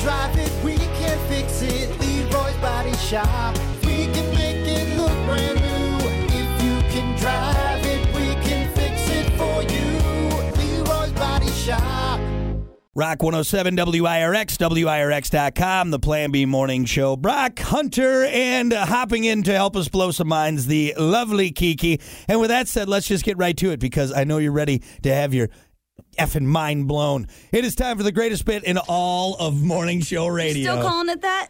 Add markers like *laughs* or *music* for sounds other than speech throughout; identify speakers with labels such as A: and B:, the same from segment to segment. A: drive it, we can fix it. Leroy's Body Shop. We can make it look brand new. If you can drive it, we can fix it for you. Leroy's Body Shop.
B: Rock 107 WIRX, WIRX.com, the Plan B Morning Show. Brock Hunter and uh, hopping in to help us blow some minds, the lovely Kiki. And with that said, let's just get right to it because I know you're ready to have your effing mind blown. It is time for the greatest bit in all of morning show radio.
C: Still calling it that?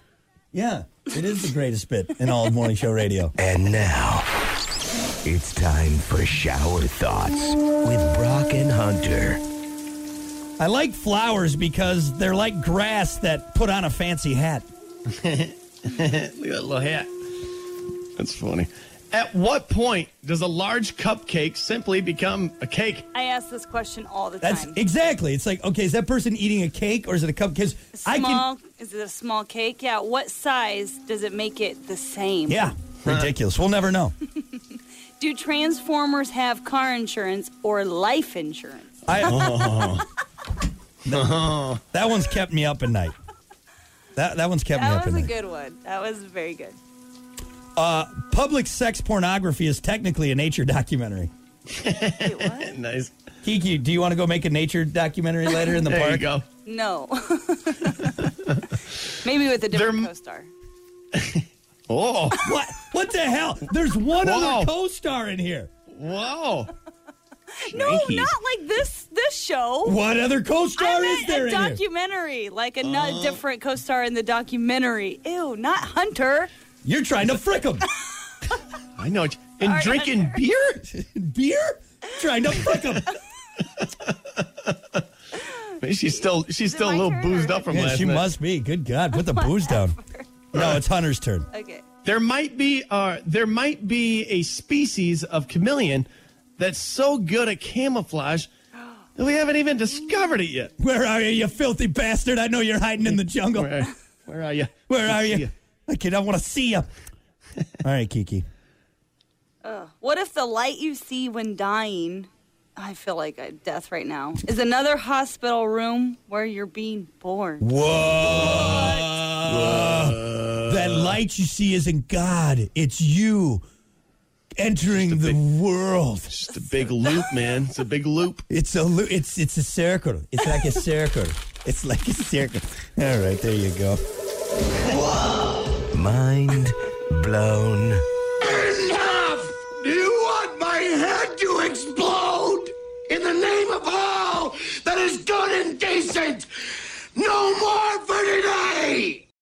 B: yeah, it is the greatest bit in all of morning show radio.
D: And now, it's time for Shower Thoughts with Brock and Hunter.
B: I like flowers because they're like grass that put on a fancy hat.
E: Look at that little hat. That's funny. At what point does a large cupcake simply become a cake?
C: I ask this question all the
B: That's
C: time.
B: exactly. It's like, okay, is that person eating a cake or is it a cup? Because I can.
C: Small? Is it a small cake? Yeah. What size does it make it the same?
B: Yeah, ridiculous. We'll never know.
C: Do Transformers have car insurance or life insurance?
E: *laughs*
B: I, That- that one's kept me up at night. That that one's kept me up
C: That
B: at
C: was a
B: night.
C: good one. That was very good.
B: Public sex pornography is technically a nature documentary.
C: Wait, what? *laughs*
E: Nice.
B: Kiki, do you want to go make a nature documentary later in the
E: *laughs* There
B: park?
E: you go.
C: no. *laughs* Maybe with a different
E: They're-
C: co-star.
E: Oh,
B: What? What the hell? There's one
E: Whoa.
B: other co-star in here.
E: whoa.
C: *laughs* No, not like this. This show.
B: What other
C: I
B: co-star
C: meant
B: is there
C: a
B: in Oh. here?
C: documentary, like a nu- different co-star in the documentary. Ew, not Hunter.
B: You're trying to frick
C: *laughs*
B: him.
E: I know. it. And
C: Sorry,
E: drinking
C: Hunter.
E: beer
B: Beer? Trying to frick him.
E: Man, She's still she's
C: it
E: still a
C: my
E: little
C: turn
E: boozed
C: or-
E: up from
B: Yeah,
E: last
B: she
E: night.
B: must be. Good God, put the booze down. No, it's Hunter's turn.
C: *laughs* Okay.
E: There might be uh, there might be a species of chameleon that's so good at camouflage that we haven't even discovered it yet.
B: Where are you, you filthy bastard? I know you're hiding in the jungle.
E: Where, where are you?
B: Where are
E: See ya.
B: you? I kid, I want to see you.
E: *laughs*
B: All right, Kiki.
C: What if the light you see when dying, I feel like a death right now, is another hospital room where you're being born?
B: Whoa. That light you see isn't God. It's you entering the world.
E: It's just a big loop, man. It's a big loop.
B: It's a lo- it's it's a circle. It's like a
E: *laughs*
B: circle. It's like a circle. All right, there you go.
D: Mind blown.
F: Enough! Do you want my head to explode? In the name of all that is good and decent, no more